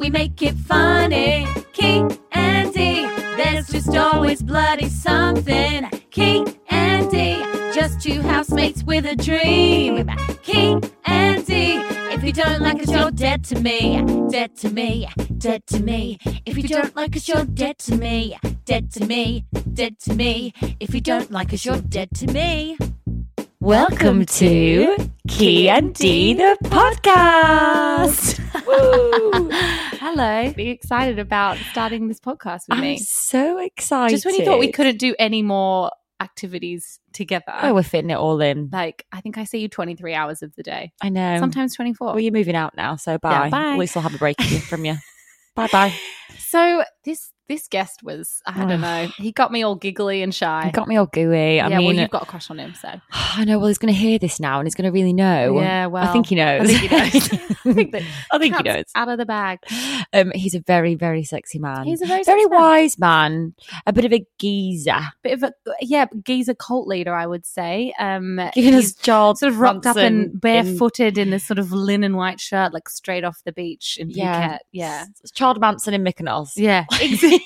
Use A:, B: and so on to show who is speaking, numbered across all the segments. A: we make it funny. Key and D, there's just always bloody something. Key and D, just two housemates with a dream. Key and D, if you don't like us, you're dead to me. Dead to me, dead to me. If you don't like us, you're dead to me. Dead to me, dead to me. If you don't like us, you're dead to me.
B: Welcome to Key and D the podcast.
C: Whoa.
B: Hello.
C: Be excited about starting this podcast with
B: I'm
C: me.
B: so excited.
C: Just when you thought we couldn't do any more activities together.
B: Oh, we're fitting it all in.
C: like I think I see you 23 hours of the day.
B: I know.
C: Sometimes 24.
B: Well, you're moving out now, so bye.
C: bye.
B: At least I'll have a break from you. bye bye.
C: so this this guest was I don't know. He got me all giggly and shy.
B: You got me all gooey. I
C: yeah,
B: mean,
C: well, you've got a crush on him, so
B: I know. Well, he's going to hear this now, and he's going to really know.
C: yeah. Well,
B: oh, I think he knows.
C: I think he knows. I think that
B: I think he knows.
C: cat's out of the bag.
B: Um, he's a very, very sexy man.
C: He's a very
B: Um, very
C: successful-
B: wise man. A bit of a geezer.
C: bit of a yeah, geezer cult leader, I would say. Um,
B: Giving
C: he's
B: us Charles
C: sort of rocked up
B: Bronson
C: and barefooted in this sort of linen white shirt, like straight off the beach in Phuket.
B: Yeah.
C: Yeah, yeah,
B: in- Charles Manson in Mykonos.
C: exactly.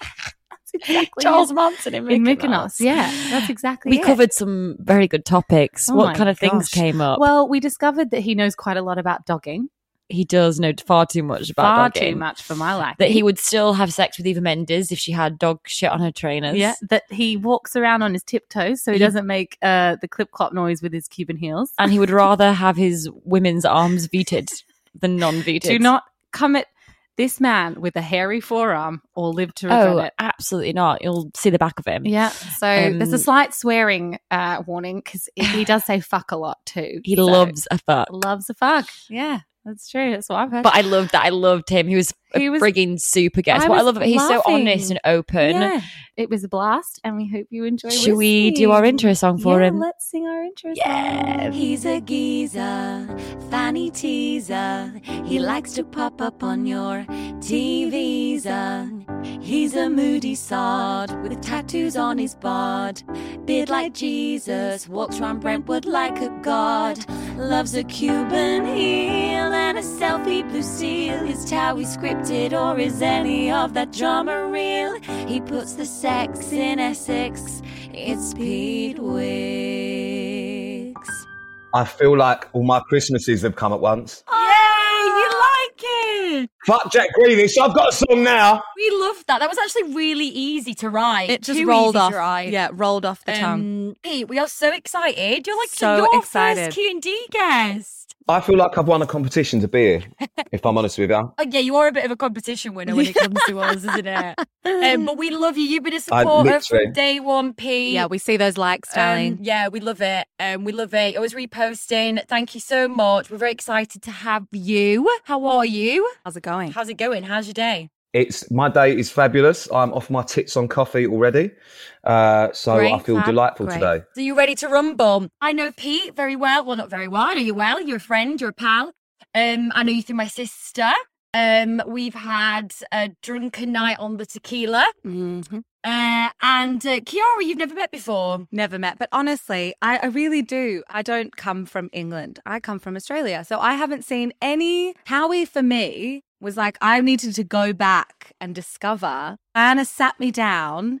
C: that's exactly
B: Charles
C: it.
B: Manson in Mykonos.
C: in Mykonos. Yeah, that's exactly.
B: We
C: it.
B: covered some very good topics.
C: Oh
B: what
C: my
B: kind of things
C: gosh.
B: came up?
C: Well, we discovered that he knows quite a lot about dogging.
B: he does know far too much about
C: Far
B: dogging.
C: too much for my liking.
B: That he would still have sex with Eva Mendes if she had dog shit on her trainers.
C: Yeah, that he walks around on his tiptoes so he
B: He-
C: doesn't make uh, the clip clop noise with his Cuban heels.
B: And he would rather have his women's arms vetoed than non vetoed.
C: Do not come at this man with a hairy forearm or live to regret
B: Oh,
C: it.
B: absolutely not. You'll see the back of him.
C: Yeah. So there's
B: Um,
C: a slight swearing uh, warning because he does say fuck a lot too.
B: He
C: So,
B: loves a fuck.
C: loves a fuck. Yeah, that's true. That's what I've heard.
B: But I loved that. I loved him. He was a
C: He was-
B: frigging super guest.
C: I
B: What I
C: was
B: love, he's so
C: laughing.
B: honest and open.
C: yeah, it was a blast, and we hope you enjoy.
B: Should we do
C: listening.
B: our intro song for
C: Yeah,
B: him?
C: Let's sing our intro.
B: Yeah.
C: song.
A: He's a geezer, fanny teaser. He likes to pop up on your TVs. He's a moody sod with tattoos on his bod. Beard like Jesus, walks round Brentwood like a god. Loves a Cuban heel and a selfie blue seal. Is Towie scripted or is any of that drama real? He puts the sex in Essex. It's Pete Wicks.
D: I feel like all my Christmases have come at once.
A: Ah! Yay, you like it!
D: Fuck Jack Greenish, I've got a song now.
A: We loved that. That was actually really easy to write.
E: It just
A: Too
E: rolled
A: easy
E: off.
A: To write.
E: Yeah, rolled off the tongue.
A: Um, Pete, we are so excited. You're like
E: So
A: your
E: excited.
A: first Q and D guest.
D: I feel like I've won a competition to be here, if I'm honest with you.
A: Oh, yeah, you are a bit of a competition winner when it comes to us, isn't it? Um, but we love you. You've been a
D: I
A: supporter
D: literally-
A: from day one, Pete.
E: Yeah, we see those likes, darling.
A: Um, yeah, we love it. Um, we love it. Always reposting. Thank you so much. We're very excited to have you. How are you?
E: How's it going?
A: How's it going? How's your day?
D: It's my day is fabulous. I'm off my tits on coffee already, uh, so I
E: Great,
D: feel
E: fab,
D: delightful
E: great.
D: today.
A: So you ready to rumble? I know Pete very well. Well, not very well. I know you well. You're a friend. You're a pal. Um, I know you through my sister. Um, we've had a drunken night on the tequila.
E: Mhm.
A: Uh, and uh, Kiara, you've never met before.
E: Never met, but honestly, I, I really do. I don't come from England. I come from Australia, so I haven't seen any. Howie for me was like I needed to go back and discover. Diana sat me down.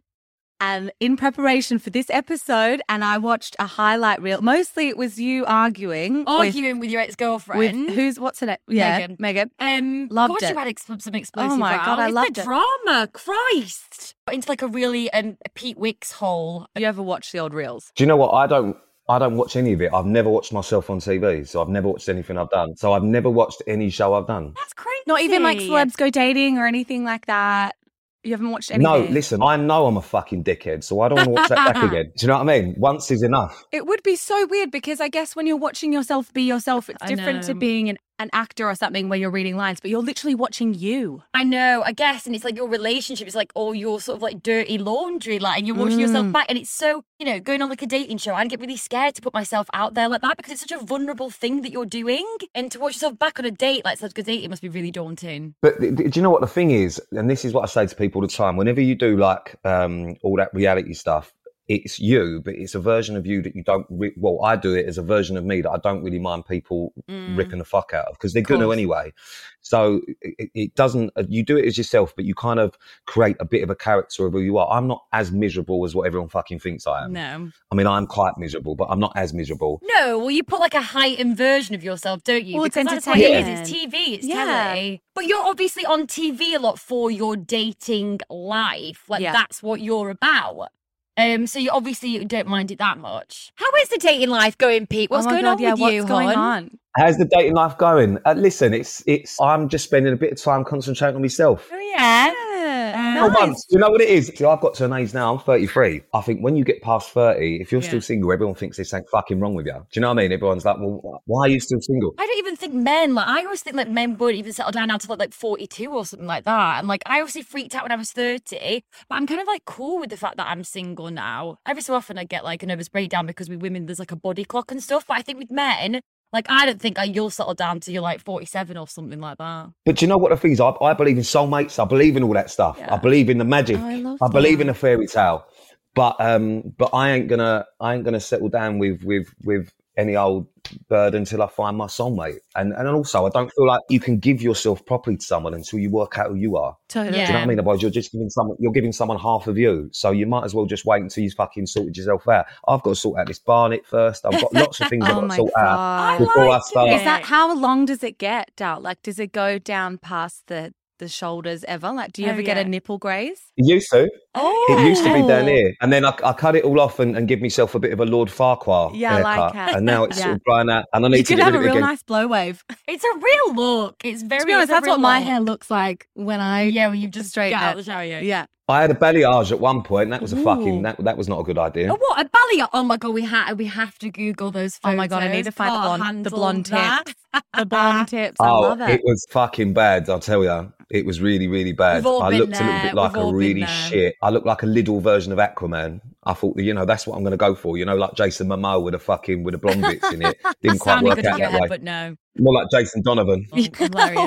E: And in preparation for this episode, and I watched a highlight reel. Mostly, it was you arguing, with,
A: Arguing with, your
E: with
A: ex-girlfriend.
E: who's what's her name? Yeah,
A: Oh, Megan.
E: Megan.
A: um,
E: Loved
A: God,
E: it.
A: you had ex- some explosive.
E: Oh my God,
A: row.
E: I
A: It's
E: loved
A: the
E: it.
A: drama. Christ, Got into like a really um a Pete Wicks hole.
E: You ever watch the old reels?
D: Do you know what? I don't. I don't watch any of it. I've never watched myself on TV, so I've never watched anything I've done. So I've never watched any show I've done.
A: That's crazy.
E: Not even like celebs go dating or anything like that. You haven't watched anything.
D: No, listen, I know I'm a fucking dickhead, so I don't want to watch that back again. Do you know what I mean? Once is enough.
E: It would be so weird because I guess when you're watching yourself be yourself, it's
A: I
E: different to
A: know.
E: being an, an actor or something where you're reading lines, but you're literally watching you.
A: I know, I guess, and it's like your relationship is like all your sort of like dirty laundry, like, and you're watching
E: Mm.
A: yourself back, and it's so you know going on like a dating show. I'd get really scared to put myself out there like that because it's such a vulnerable thing that you're doing, and to watch yourself back on a date like such a good date, it must be really daunting.
D: But th- th- do you know what the thing is? And this is what I say to people all the time. Whenever you do like um, all that reality stuff, it's you, but it's a version of you that you don't. Re- well, I do it as a version of me that I don't really mind people ripping the fuck out of because they're going to
F: course.
D: anyway. So it, it doesn't. uh, You do it as yourself, but you kind of create a bit of a character of who you are. I'm not as miserable as what everyone fucking thinks I am.
G: No.
D: I mean, I'm quite miserable, but I'm not as miserable.
B: No, well, you put like a heightened version of yourself, don't you?
C: Well, it's
B: that's what it is. It's
C: entertainment.
B: TV. It's
C: Yeah.
B: telly. But you're obviously on TV a lot for your dating life. Like
C: Yeah.
B: that's what you're about. Um, so you obviously don't mind it that much. How is the dating life going, Pete? What's
C: Oh my
B: going
C: God,
B: on
C: yeah,
B: with
C: what's
B: you,
C: going
B: hon?
C: on?
D: How's the dating life going? Uh, listen, it's it's. I'm just spending a bit of time concentrating on myself.
B: Yeah.
C: Yeah.
D: Oh, months. You know what it is? See, I've got to an age now, I'm 33. I think when you get past 30, if you're still single, everyone thinks there's something fucking wrong with you. Do you know what I mean? Everyone's like, well, why are you still single?
B: I don't even think men like I always think like men would even settle down until like, like 42 or something like that. And like I obviously freaked out when I was 30, but I'm kind of like cool with the fact that I'm single now. Every so often I get like a nervous breakdown because we women there's like a body clock and stuff. But I think with men, like I don't think like, you'll settle down till you're like 47 or something like that.
D: But do you know what the thing is? I, I believe in soulmates. I believe in all that stuff. I believe in the magic.
C: Oh, I love
D: I believe
C: that.
D: in a fairy tale. But um, but I ain't gonna I ain't gonna settle down with with with any old bird until I find my soulmate. And and also, I don't feel like you can give yourself properly to someone until you work out who you are.
C: Totally.
D: Do you know what I
B: Yeah.
D: mean? Otherwise, you're just giving someone you're giving someone half of you. So you might as well just wait until you've fucking sorted yourself out. I've got to sort out this barnet first. I've got lots of things I've
C: Oh
D: got to
C: my
D: sort out
C: god.
D: before I
B: like
D: start.
B: it.
C: Is that how long does it get, Dal? Like, does it go down past the the shoulders ever? Like, do you
F: Oh,
C: ever get a
F: yeah.
C: nipple graze?
D: It used to.
B: Oh,
D: It used to be down
C: Oh.
D: here, and then I, I cut it all off and, and give myself a bit of a Lord Farquhar
C: Yeah, I like
D: haircut,
C: that.
D: and now it's
C: Yeah.
D: sort of blown out, and I need
C: You
D: to
C: could
D: get
C: have
D: rid
C: a
D: of it
C: real
D: again.
C: nice blow wave.
B: It's a real look. It's very
C: To be honest,
B: it's a
C: that's what
B: real
C: my
B: look.
C: hair looks like when I
B: Yeah, well, you've just
C: Straighten
B: straight out
C: it.
B: of the shower. Yeah.
C: yeah.
D: I had a balayage at one point. And that was a fucking
C: Ooh.
D: that, that was not a good idea.
B: Oh, what a ballet! Oh my god, we have we have to Google those
C: Oh
B: photos.
C: my God, I need to find the
B: Can't
C: blonde- the
B: handle
C: blonde tip.
B: that.
C: The
B: Uh-huh.
C: blonde tips. I love it.
D: Oh, it was fucking bad. I'll tell you, it was really really bad.
B: We've all
D: I
B: been
D: looked a little
B: there.
D: bit like
B: We've all
D: a
B: been
D: really
B: there.
D: shit. I looked like a Lidl version of Aquaman. I thought, you know, that's what I'm going to go for. You know, like Jason Momoa with a fucking with a blonde bits in it. Didn't quite
B: Sounded
D: work
B: good in
D: out
B: your
D: that
B: head,
D: way.
B: but no.
D: More like Jason Donovan.
B: Oh,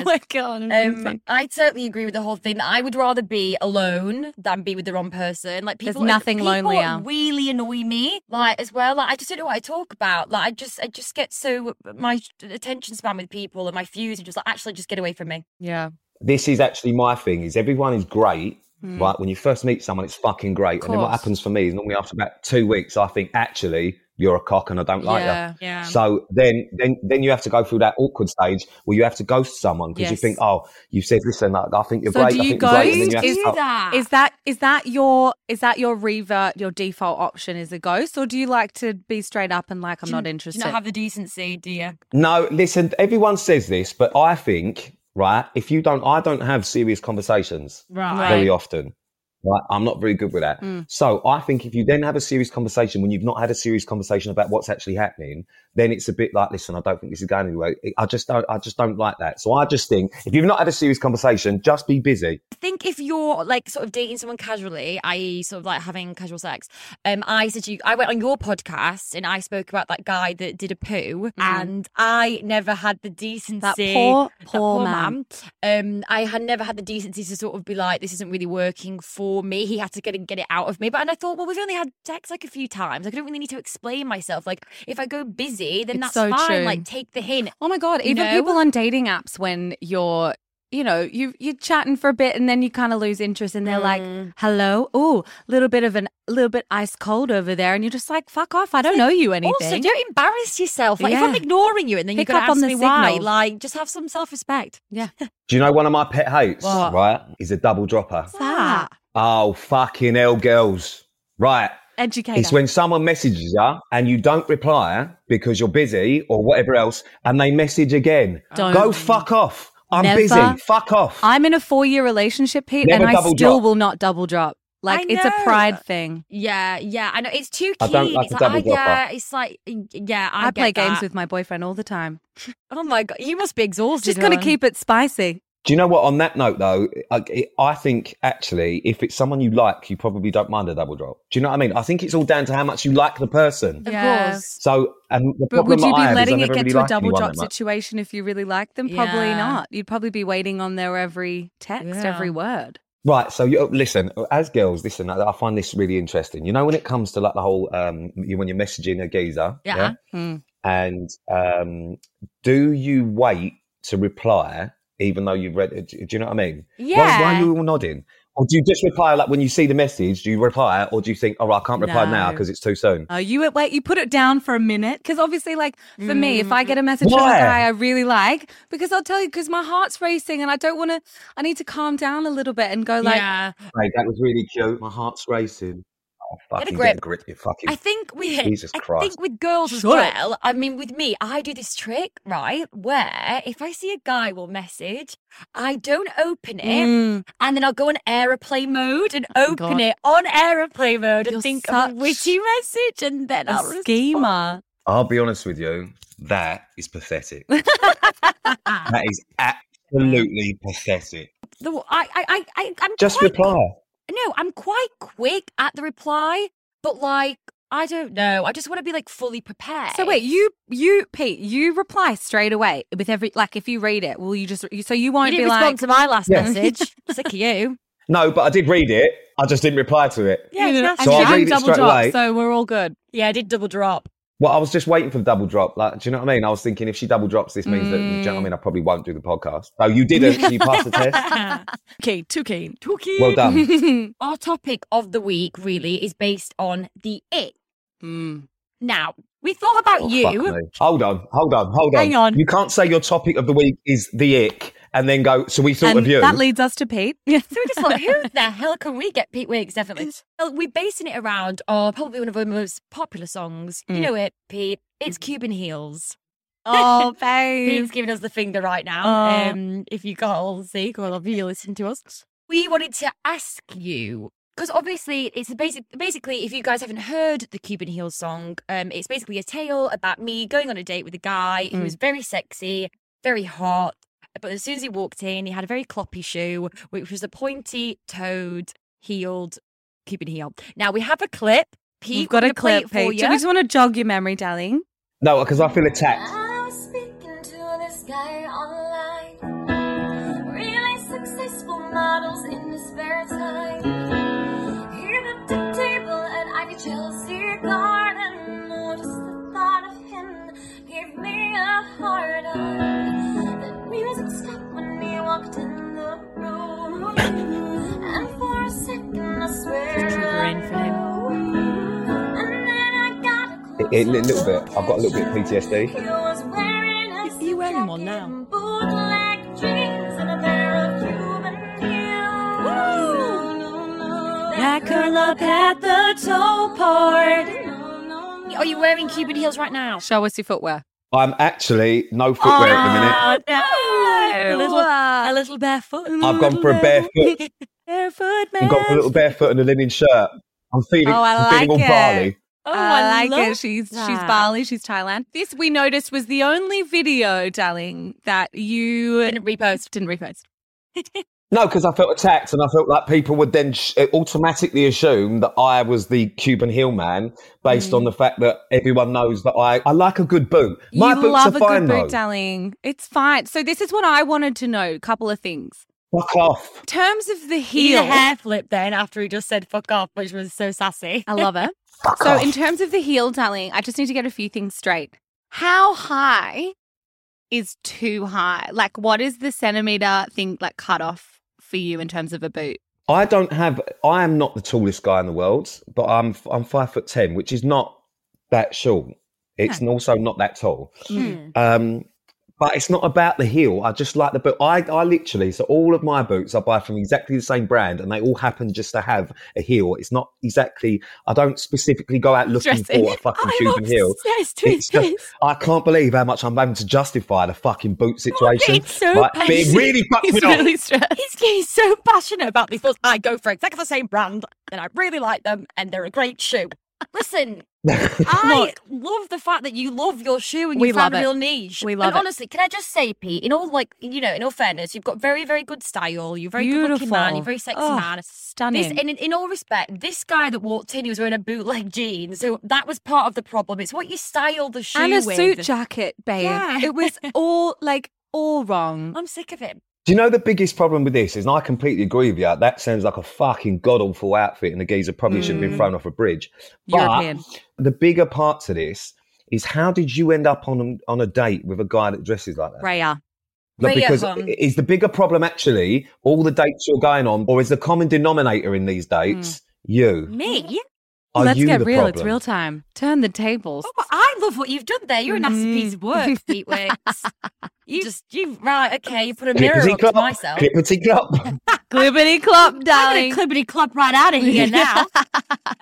C: oh
B: hilarious.
C: my god.
B: Um,
C: amazing.
B: I totally agree with the whole thing. I would rather be alone than be with the wrong person. Like
C: There's
B: people,
C: nothing
B: people
C: lonelier.
B: Really annoy me. Like as well. Like I just don't know what I talk about. Like I just, I just get so my attention span with people and my views are just like actually just get away from me.
C: yeah.
D: This is actually my thing. Is everyone is great.
B: Hmm.
C: Mm.
D: Right, when you first meet someone, it's fucking great. And then what
C: course.
D: happens for me is normally after about two weeks, I think actually you're a cock and I don't like you.
C: yeah.
B: Yeah.
D: So then, then, then you have to go through that awkward stage where you have to ghost someone because you
C: Yes.
D: think, oh, you said, listen, like, I think you're
C: So
D: great.
C: do
D: I
C: you
D: think you're great. And then you
C: ghost?
D: have to
C: Is
D: start-
B: that
C: Is that is that your is that your revert your default option is a ghost or do you like to be straight up and like I'm not
B: Do
C: interested?
B: you not have the decency, do you?
D: No, listen, everyone says this, but I think, right, if you don't, I don't have serious conversations very often. Right, I'm not very good with that.
C: Mm.
D: So I think if you then have a serious conversation when you've not had a serious conversation about what's actually happening, then it's a bit like, listen, I don't think this is going anywhere. I just don't, I just don't like that. So I just think if you've not had a serious conversation, just be busy.
B: I think if you're like sort of dating someone casually, i.e., sort of like having casual sex, um, I said to you, I went on your podcast and I spoke about that guy that did a poo, and I never had the decency.
C: Mm-hmm. that poor
B: that
C: poor man.
B: man. Um, I had never had the decency to sort of be like, this isn't really working for me. He had to get it, get it out of me. But and I thought, well, we've only had sex like a few times. Like, I don't really need to explain myself. Like, if I go busy, then
C: It's
B: that's
C: so
B: fine.
C: true.
B: Like, take the hint.
C: Oh my god,
B: You
C: even
B: know?
C: people on dating apps when you're you know, you you're chatting for a bit and then you kind of lose interest and they're
B: Mm.
C: like, "Hello. Oh, little bit of an little bit ice cold over there." And you're just like, "Fuck off. I don't know you anything."
B: Also, don't embarrass yourself. Like, if I'm
C: Yeah.
B: ignoring you and then
C: Pick
B: you're going
C: up
B: to
C: on
B: ask
C: the
B: me why,
C: signals.
B: like, just have some self respect.
D: Do you know one of my pet hates,
C: What?
D: right? Is a double dropper.
C: What's that?
D: Oh, fucking hell, girls. Right.
C: Educator.
D: It's when someone messages you and you don't reply because you're busy or whatever else, and they message again.
C: Don't.
D: Go fuck off. I'm
C: Never.
D: busy. Fuck off.
C: I'm in a 4-year relationship, Pete,
D: Never
C: and I
D: double
C: still
D: drop.
C: will not double drop. Like
B: I
C: it's a
B: know.
C: pride thing.
B: Yeah, Uh, yeah. I know. It's too keen.
D: I don't like
B: it's
D: a
B: like, I,
D: double dropper.
B: yeah, it's like, yeah, I,
C: I, play
B: get
C: games
B: that.
C: with my boyfriend all the time.
B: Oh my God. You must be exhausted.
C: Just got to
B: hon.
C: keep it spicy.
D: Do you know what? On that note, though, I, it- I think actually, if it's someone you like, you probably don't mind a double drop. Do you know what I mean? I think it's all down to how much you like the person.
B: Of
C: Yeah.
B: course.
D: So, and the
C: But would
D: problem
C: you
D: that I
C: be
D: have
C: letting
D: is I
C: it
D: never
C: get
D: really
C: to a
D: liked
C: double
D: anyone
C: drop
D: that much.
C: situation if you really like them? Probably
B: Yeah.
C: not. You'd probably be waiting on their every text,
B: Yeah.
C: every word.
D: Right, so you, listen, as girls, listen, I, I find this really interesting. You know, when it comes to like the whole, um, you, when you're messaging a geezer,
B: Yeah.
C: Hmm.
D: and um, do you wait to reply even though you've read it? Do do you know what I mean? Why- Why,
C: Yeah.
D: are you all nodding? Or do you just reply like when you see the message? Do you reply, or do you think, "Oh, I can't reply now
C: No.
D: because it's too soon"?
C: Oh, you wait. You put it down for a minute because obviously, like for me, if I get a message from
D: Why?
C: a guy I really like, because I'll tell you, because my heart's racing and I don't want to. I need to calm down a little bit and go like,
B: yeah.
D: Mate, that was really cute. My heart's racing. Oh,
B: a
D: fucking
B: grip.
D: get a grip, you fucking.
B: I think with
D: Jesus
B: I
D: Christ.
B: think with girls as
C: Shut up.
B: well. I mean, with me, I do this trick right where if I see a guy will message, I don't open it,
C: Mm. Oh
B: and then I'll go on aeroplane mode and open
F: God.
B: it on aeroplane mode and
C: You're
B: think of
C: such
B: a witty message, and then I'll
C: a
B: respond.
C: schemer.
D: I'll be honest with you. That is pathetic. that is absolutely pathetic.
B: The, I, I, I, I, I'm
D: Just
B: quite,
D: reply.
B: No, I'm quite quick at the reply, but like I don't know. I just want to be like fully prepared.
C: So wait, you, you, Pete, you reply straight away with every like if you read it, will you just you, so you
B: You
C: won't
B: didn't
C: be
B: respond
C: like
B: to my last
D: Yeah.
B: message. Sick of you.
D: No, but I did read it. I just didn't reply to it.
B: Yeah,
C: you know,
B: exactly.
C: and
D: So
C: you
D: I'll
C: didn't
D: read it
C: double
D: straight
C: drop,
D: away.
C: so we're all good.
B: Yeah, I did double drop.
D: Well, I was just waiting for the double drop. Like, do you know what I mean? I was thinking if she double drops, this means that, do you know
C: Mm.
D: what I mean? I probably won't do the podcast. No, you didn't. so you passed the test.
C: Keen, too keen.
B: Talking.
D: Well done.
B: Our topic of the week really is based on the ick.
C: Mm.
B: Now, we thought about
D: Oh, fuck
B: you.
D: me. Hold on, hold on, hold on.
C: Hang on.
D: You can't say your topic of the week is the ick and then go, so we thought
C: And
D: of you.
C: that leads us to Pete.
B: So we just thought, who the hell can we get? Pete Wiggs, definitely. Well, We're basing it around our probably one of our most popular songs. You
C: Mm.
B: know it, Pete. It's
D: Mm.
B: Cuban Heels.
C: oh, babe.
B: Pete's giving us the finger right now.
C: Aw.
B: Um, if you got all sick or if you listen to us, we wanted to ask you because obviously it's a basic. Basically, if you guys haven't heard the Cuban Heels song, um, it's basically a tale about me going on a date with a guy who
C: Mm.
B: was very sexy, very hot, but as soon as he walked in, he had a very cloppy shoe, which was a pointy-toed, heeled Cuban heel. Now we have a clip. Pete,
C: You've got
B: we're
C: a
B: gonna play
C: clip,
B: it for
C: Pete. Do we
B: you.
C: just want to jog your memory, darling?
D: no, because I feel attacked.
H: I was speaking to this guy online. Really successful models in his spare time. He up the table and I could Chelsea Garden. Oh, just the thought of him gave me a hard on. The music stopped when he walked in the room. and for a second, I swear.
B: Trigger in for him.
H: I knew. And then I got a
D: It- it- a little bit. I've got a little bit of PTSD.
H: he was wearing a
B: You- you wearing one
H: jacket
B: now?
H: and Bootleg jeans and a pair of Cuban heels. Woo!
A: That curl up at the toe part.
B: Are you wearing Cuban heels right now?
C: Show us your footwear.
D: I'm actually no footwear at the minute.
B: A little,
C: Wow.
B: a little barefoot.
D: I've gone for a barefoot.
C: Barefoot
D: I've gone for a little barefoot and a linen shirt. I'm feeling,
C: Oh, I
D: I'm feeling all
C: like it.
D: barley.
B: Oh,
C: I, like it.
B: love
C: She's she's
B: that.
C: Bali. She's Thailand. This we noticed was the only video, darling, that you
B: Didn't repost.
C: didn't repost.
D: No, because I felt attacked, and I felt like people would then sh- eh, automatically assume that I was the Cuban heel man based
C: Mm.
D: on the fact that everyone knows that I, I like a good boot. My
C: you
D: boots
C: love
D: are
C: a
D: fine
C: good
D: though.
C: boot, darling. It's fine. So this is what I wanted to know. A couple of things.
D: Fuck off.
C: In terms of the
B: He
C: heel,
B: did a hair flip then after he just said fuck off, which was so sassy.
C: I love it.
D: Fuck
C: so
D: off.
C: in terms of the heel, darling, I just need to get a few things straight. How high is too high? Like, what is the centimeter thing like cut off for you in terms of a boot?
D: I don't have. I am not the tallest guy in the world, but I'm I'm five foot ten, which is not that short. It's also not that tall.
B: Hmm.
D: Um, but it's not about the heel. I just like the boot. I, I literally, so all of my boots I buy from exactly the same brand and they all happen just to have a heel. It's not exactly, I don't specifically go out looking
C: Dressing.
D: for a fucking Cuban heel.
B: obsessed
D: It's just- I can't believe how much I'm having to justify the fucking boot situation.
B: it's so
D: Like, being
B: basic.
D: really fucking
C: It's really stressed.
B: He's getting so passionate about these thoughts. I go for exactly the same brand, and I really like them, and they're a great shoe. Listen, I love the fact that you love your shoe and you
C: We
B: found
C: love
B: a
C: it.
B: real niche.
C: We love
B: and
C: it.
B: honestly, can I just say, Pete, in all like you know, in all fairness, you've got very, very good style. You're a very good looking man,
C: Beautiful.
B: you're a very sexy
C: Oh,
B: man. This,
C: Stunning.
B: and in, in all respect, this guy that walked in, he was wearing a bootleg jean, so that was part of the problem. It's what you style the shoe
C: and a
B: with.
C: suit jacket, babe.
B: Yeah.
C: It was all like all wrong.
B: I'm sick of him.
D: Do you know the biggest problem with this is, and I completely agree with you, that sounds like a fucking god awful outfit, and the geezer probably should have been thrown off a bridge. But
C: European.
D: the bigger part to this is how did you end up on, on a date with a guy that dresses like that?
C: Raya.
D: No,
B: But yeah,
D: because
B: um,
D: is the bigger problem actually all the dates you're going on, or is the common denominator in these dates
B: Hmm.
D: you?
B: Me?
D: Are
C: Let's
D: you
C: get
D: the
C: real. It's
D: problem?
C: real time. Turn the tables.
B: Oh, but I love what you've done there. You're a nasty
C: Mm.
B: piece of work, Pete Wicks. you just, you, right, okay, you put a mirror
D: Clippity
B: up to
D: clop,
B: myself.
D: clippity clop.
B: Oh,
C: Clippity clop,
B: I'm
C: darling.
B: gonna clippity clop right out of here now.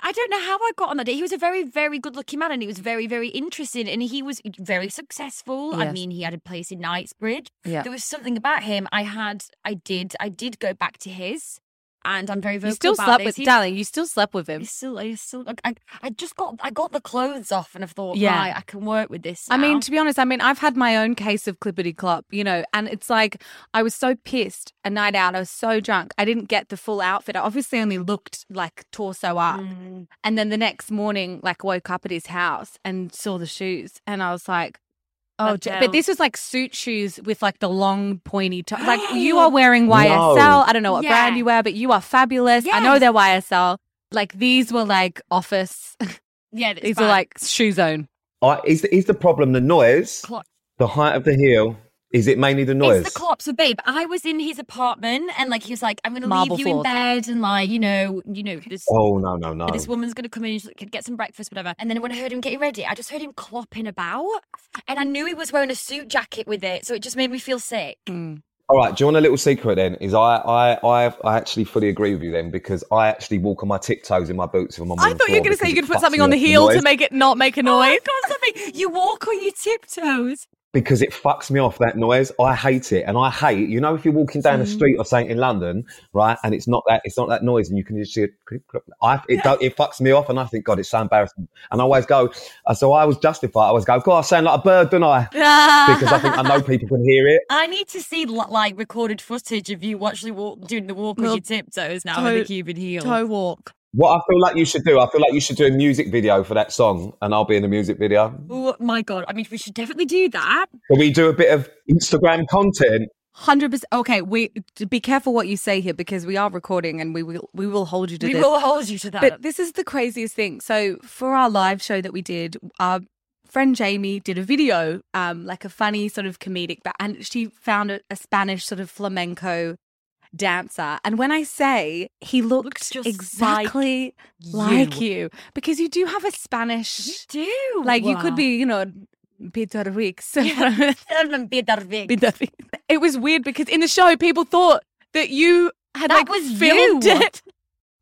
B: I don't know how I got on that day. He was a very, very good-looking man, and he was very, very interesting, and he was very successful. I
C: Yes.
B: mean, he had a place in Knightsbridge.
C: Yeah.
B: There was something about him. I had, I did, I did go back to his, and I'm very vocal
C: You still
B: about
C: slept
B: this.
C: with,
B: He-
C: darling. You still slept with
B: I
C: him.
B: still, I still, I, I just got, I got the clothes off, and I thought,
C: Yeah.
B: right, I can work with this.
C: I mean,
B: now.
C: to be honest, I mean, I've had my own case of clippity clop, you know, and it's like I was so pissed a night out. I was so drunk. I didn't get the full outfit. I obviously only looked like torso up.
B: Mm.
C: And then the next morning, like, woke up at his house and saw the shoes. And I was like, oh,
B: Fuck
C: j-
B: hell.
C: but this was like suit shoes with like the long, pointy top. Like, you are wearing YSL. I don't know what brand
B: Yeah.
C: you wear, but you are fabulous. I know
B: Yes.
C: they're YSL. Like, these were like office,
B: yeah, that's
C: these
B: bad.
C: are like shoe zone.
D: I- is, the, is the problem the noise,
B: Clop.
D: the height of the heel? Is it mainly the noise?
B: It's the clops of babe. I was in his apartment and like he was like, I'm gonna
C: Marble
B: leave you
C: floors.
B: in bed and like, you know, you know, this
D: Oh no no no!
B: this woman's gonna come in and she's like, get some breakfast, whatever. And then when I heard him getting ready, I just heard him clopping about and I knew he was wearing a suit jacket with it, so it just made me feel sick.
D: All right, do you want a little secret then? Is I I I, I actually fully agree with you then because I actually walk on my tiptoes in my boots if I'm on.
C: I
D: the
C: thought you were
D: floor
C: going to say you
D: because it
C: could put
D: fucks
C: something
D: me
C: on the
D: up,
C: heel to
D: noise,
C: make it not make a
B: Oh
C: noise.
B: my god, something you walk on your tiptoes.
D: because it fucks me off that noise. I hate it, and I hate you know if you're walking down the
C: Hmm.
D: street or something in London, right? And it's not that it's not that noise, and you can just see it. clip, clip. I it do it fucks me off, and I think God, it's so embarrassing. And I always go, uh, so I was justified. I always go, God, I sound like a bird, don't I? Because I think I know people can hear it.
B: I need to see li- like recorded footage of you actually walk doing the walk on
C: Well,
B: your tiptoes now with
C: toe-
B: a Cuban heel.
C: walk.
D: What I feel like you should do, I feel like you should do a music video for that song, and I'll be in the music video.
B: Oh my god. I mean we should definitely do that.
D: Can we do a bit of Instagram content?
C: Hundred percent. Okay, we d- be careful what you say here because we are recording and we will we will hold you to
B: We
C: this.
B: will hold you to that.
C: But this is the craziest thing. So for our live show that we did, our friend Jamie did a video, um, like a funny sort of comedic, ba- and she found a, a Spanish sort of flamenco dancer. And when I say he looked
B: just like
C: exactly like you. because you do have a Spanish.
B: You do.
C: Like you could be, you know, Peter Weeks. Peter Weeks. It was weird because in the show, people thought that you had
B: That
C: like
B: was
C: filmed
B: you.
C: it.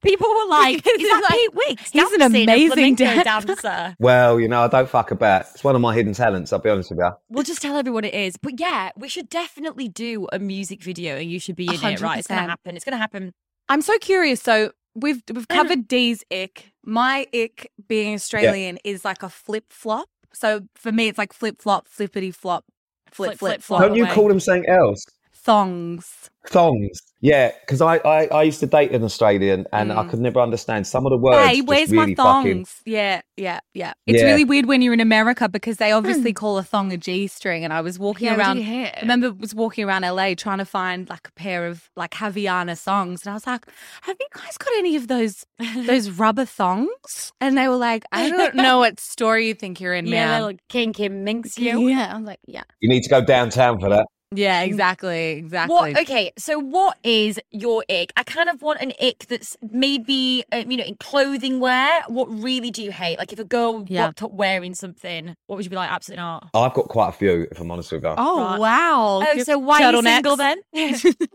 B: People were like,
C: Because
B: "Is that
C: it's like,
B: Pete Wicks?
C: he's an
B: dancing, a
C: amazing
B: flamenco
C: dan-
B: dancer."
D: Well, you know, I don't fuck about. It's one of my hidden talents. I'll be honest with you.
B: We'll just tell everyone it is. But yeah, we should definitely do a music video, and you should be in it. Right? It's gonna
C: 100%.
B: happen. It's gonna happen.
C: I'm so curious. So we've we've
D: Mm.
C: covered Dee's ick. My ick being Australian is like a flip flop. So for me, it's like flip flop, flippity flop, flip
B: Flip,
C: flip
B: flip,
C: flop.
B: flop.
D: Don't you
B: way.
D: call them something else?
C: Thongs.
D: Thongs. Yeah, because I, I I used to date an Australian, and I
C: Mm.
D: could never understand some of the words.
C: Hey,
D: just
C: where's my
D: really
C: thongs?
D: fucking-
C: Yeah, yeah, yeah. It's
D: Yeah. Mm.
C: really weird when you're in America because they obviously call a thong a G string. And I was walking around
B: here.
C: I remember was walking around LA trying to find like a pair of like Haviana songs, and I was like, "Have you guys got any of those those rubber thongs?" And they were like, "I don't know what store you think you're in,
B: yeah,
C: man."
B: little kinky minx you.
C: Yeah, I'm like, yeah,
D: You need to go downtown for that.
C: yeah, exactly, exactly.
B: "Hmm." What? Okay, so what is your ick? I kind of want an ick that's maybe uh, you know in clothing wear. What really do you hate? Like if a girl
C: Yeah.
B: walked up wearing something, what would you be like? Absolutely not.
D: I've got quite a few, if I'm honest with you.
C: Oh
B: Right.
C: wow!
B: Oh,
C: You're-
B: so why are you
C: turtlenecks.
B: single then?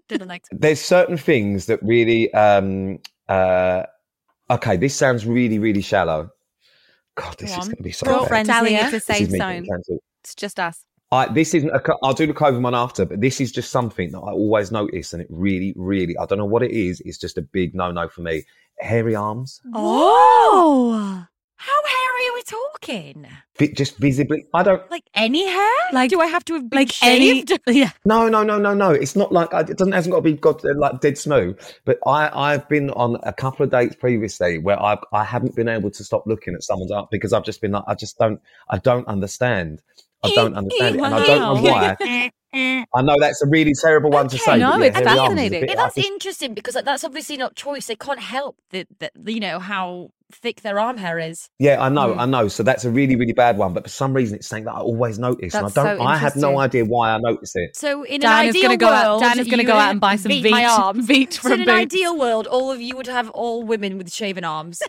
B: Turtlenecks.
D: There's certain things that really. um uh Okay, this sounds really really shallow. God, this
B: Go
D: is
B: on.
D: going to be so bad.
C: girlfriends, darling,
G: here.
C: it's a
D: This is
C: safe
D: me
C: zone.
D: getting cancelled.
C: It's just us.
D: I, this isn't. A, co- I'll do the COVID one after, but this is just something that I always notice, and it really, really. I don't know what it is. It's just a big no-no for me. Hairy arms,
C: Oh,
B: How hairy are we talking?
D: Vi- just visibly. I don't.
B: Like any hair?
C: Like-
B: do I have to have been
C: like
B: shaved?
C: any, yeah.
D: No, no, no, no, no. It's not like I- it doesn't hasn't got to be got uh, like dead smooth. But I, I've been on a couple of dates previously where I, I haven't been able to stop looking at someone's arm because I've just been like, I just don't, I don't understand. I don't understand it, and I don't know why.
B: why.
D: I know that's a really terrible one to
C: Okay,
D: say.
C: no,
D: but yeah,
C: it's
D: here we are.
C: fascinating.
D: It's a bit-
B: But
D: I
B: that's
D: just-
B: interesting because like, that's obviously not choice. They can't help that, that you know how thick their arm hair is.
D: yeah, I
C: Mm-hmm.
D: know, I know. So that's a really, really bad one. But for some reason, it's something that I always notice,
C: That's
D: and I don't.
C: so
D: I had no
C: interesting.
D: idea why I noticed it.
B: So in
C: Dan
B: an
C: is
B: ideal
C: gonna go out.
B: world,
C: Dan is gonna
B: you
C: go out
B: would
C: and buy some
B: beat
C: Veet,
B: my arm.
C: Veet from
B: So in an
C: Boots.
B: ideal world, all of you would have all women with shaven arms.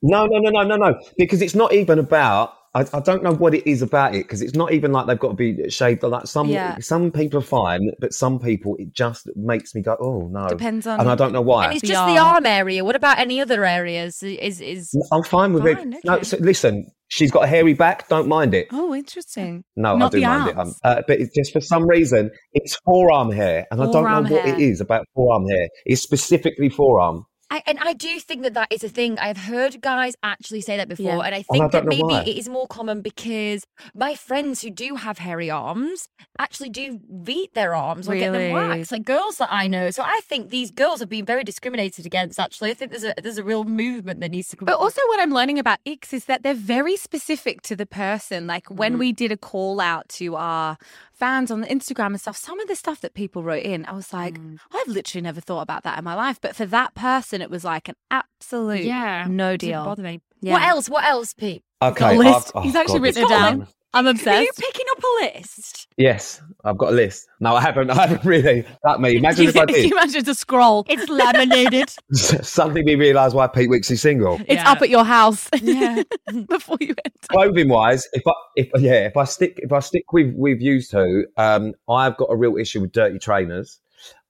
D: No, no, no, no, no, no. Because it's not even about. I, I don't know what it is about it because it's not even like they've got to be shaved. Like some
C: Yeah.
D: some people are fine, but some people it just makes me go, oh no.
C: Depends on-
D: and I don't know
B: and
D: why.
B: it's
C: The
B: just the
C: arm.
B: arm area. What about any other areas? Is is
D: I'm fine with
B: Fine,
D: it. No,
B: okay.
D: so listen, she's got a hairy back. Don't mind it.
C: Oh, interesting.
D: No,
C: Not
D: I do
C: the
D: mind it. Um,
C: arms.
D: uh, but it's just for some reason, it's forearm hair, and I
C: Forearm
D: don't know what
C: hair.
D: it is about forearm hair. It's specifically forearm.
B: I, and I do think that that is a thing. I've heard guys actually say that before,
C: Yeah.
B: and I
D: Oh, I
B: think that
D: don't know
B: maybe
D: why.
B: it is more common because my friends who do have hairy arms actually do beat their arms or get
C: Really?
B: them waxed, like girls that I know. So I think these girls are being very discriminated against. Actually, I think there's a there's a real movement that needs to come.
C: But also, what I'm learning about icks is that they're very specific to the person. Like when we did a call out to our fans on the Instagram and stuff, some of the stuff that people wrote in, I was like,
B: Mm.
C: I've literally never thought about that in my life. But for that person, it was like an absolute
B: yeah,
C: no
B: It didn't
C: deal.
B: bother me.
C: Yeah.
B: What else? What else, Pete?
D: Okay,
C: got a
D: I've- oh,
C: list. He's actually written it
D: this
C: down.
D: one.
C: I'm
B: Are you
C: obsessed.
B: picking up a list?
D: Yes, I've got a list. No, I haven't. I haven't really. That me. Imagine if I
C: Can
D: did.
C: you imagine the scroll? It's laminated.
D: Suddenly we realise why Pete Weeks is single.
C: it's
B: Yeah.
C: up at your house
B: Yeah.
C: before you enter.
D: Clothing wise, if I if yeah, if I stick if I stick with with you two, um, I've got a real issue with dirty trainers.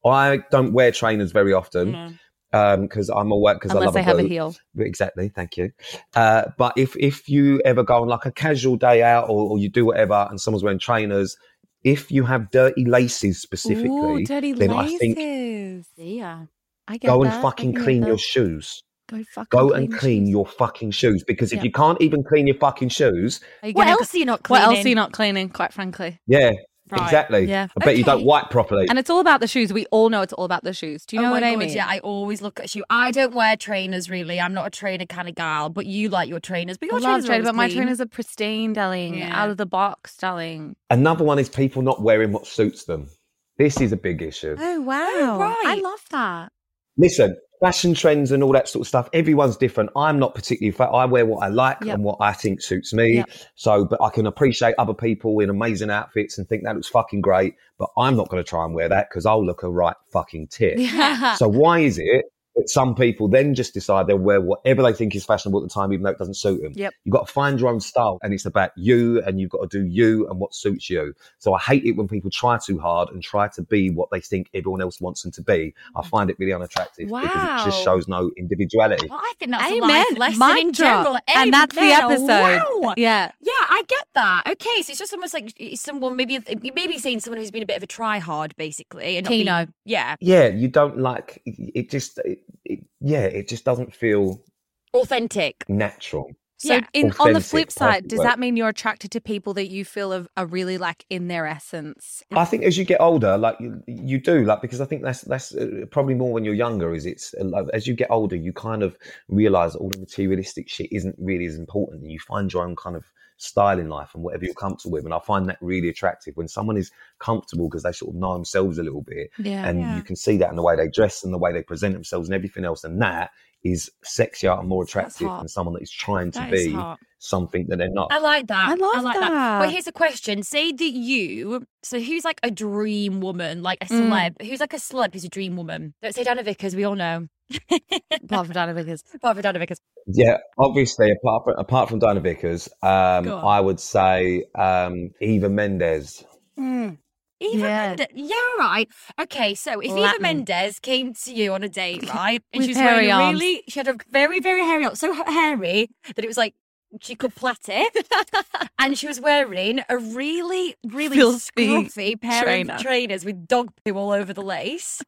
D: I don't wear trainers very often because I'm aware because I
C: Unless
D: love
C: they
D: a
C: have a
D: boot.
C: heel.
D: Exactly. Thank you. Uh, but if if you ever go on like a casual day out or, or you do whatever and someone's wearing trainers, if you have dirty laces specifically,
C: Ooh, dirty
D: then I
C: laces.
D: think-
B: Yeah.
C: I get
D: go
C: that.
D: and
C: I
D: fucking
C: get
D: clean your
C: that.
D: shoes.
C: Go, fucking
D: Go and clean
C: shoes.
D: your fucking shoes because if
C: Yeah.
D: you can't even clean your fucking shoes,
C: Are you
B: What
C: gonna go-
B: else are you not
C: What
B: cleaning?
C: else are you not cleaning, quite frankly?
D: yeah,
B: Right.
D: exactly.
C: Yeah.
D: I bet you don't
B: Okay.
D: wipe properly.
C: And it's all about the shoes. We all know it's all about the shoes. Do you know
B: oh
C: what I
B: my God,
C: mean?
B: Yeah, I always look at you. I don't wear trainers really. I'm not a trainer kind of gal, but you like your trainers. But
C: I
B: your
C: love
B: trainers,
C: trainers,
B: are
C: but my
B: always clean.
C: trainers are pristine, darling.
B: Yeah.
C: Out of the box, darling.
D: Another one is people not wearing what suits them. This is a big issue.
C: Oh wow! I
B: right.
C: love that.
D: Listen, fashion trends and all that sort of stuff, everyone's different. I'm not particularly fat. I wear what I like
C: Yep.
D: and what I think suits me.
C: Yep.
D: So, but I can appreciate other people in amazing outfits and think that looks fucking great. But I'm not going to try and wear that because I'll look a right fucking tit.
C: Yeah.
D: So why is it that some people then just decide they'll wear whatever they think is fashionable at the time, even though it doesn't suit them?
C: Yep.
D: You've got to find your own style, and it's about you, and you've got to do you and what suits you. So I hate it when people try too hard and try to be what they think everyone else wants them to be. I find it really unattractive because it just
B: Wow.
D: shows no individuality.
B: Well, I think that's a
C: Amen.
B: life lesson
C: Mic
B: in
C: drop.
B: general.
C: And that's the
B: Amen.
C: episode.
B: Wow.
C: Uh, yeah.
B: Yeah, I get that. Okay, so it's just almost like it's someone maybe you may be saying someone who's been a bit of a try hard basically. And not
C: Keno.
B: being- yeah,
D: Yeah, you don't like it. Just it, it, yeah, it just doesn't feel
B: authentic.
D: natural.
C: So
B: Yeah.
C: in, on the
D: Authentic,
C: flip side,
D: perfect
C: does
D: word.
C: that mean you're attracted to people that you feel are, are really like in their essence?
D: I think as you get older, like you, you do, like because I think that's that's uh, probably more when you're younger. Is it's uh, like, as you get older, you kind of realize all the materialistic shit isn't really as important, and you find your own kind of style in life and whatever you're comfortable with. And I find that really attractive when someone is comfortable because they sort of know themselves a little bit,
C: Yeah.
D: and you can see that in the way they dress and the way they present themselves and everything else, and that is sexier and more attractive
B: hot.
D: than someone that is trying to
B: That is
D: be
B: hot.
D: something that they're not.
B: I like that.
C: Ah, I love
B: like
C: that.
B: But here's a question: Say that you, so who's like a dream woman, like a
C: Mm.
B: celeb? Who's like a celeb who's a dream woman? Don't say Dana Vickers. We all know.
C: Apart from Donna Vickers.
B: Apart from Dana Vickers.
D: Yeah, obviously, apart from, apart from Dinah Vickers, um,
B: Go on.
D: I would say um, Eva Mendes.
B: Eva
C: Yeah.
B: Mendes. Yeah, right. Okay, so if Eva
C: Latin.
B: Mendes came to you on a date, right? And
C: With
B: she was
C: hairy
B: wearing a
C: arms.
B: really she had a very, very hairy arm, so hairy that it was like she could plait it. and she was wearing a really, really
C: Filthy
B: scruffy pair
C: trainer.
B: of trainers with dog poo all over the lace.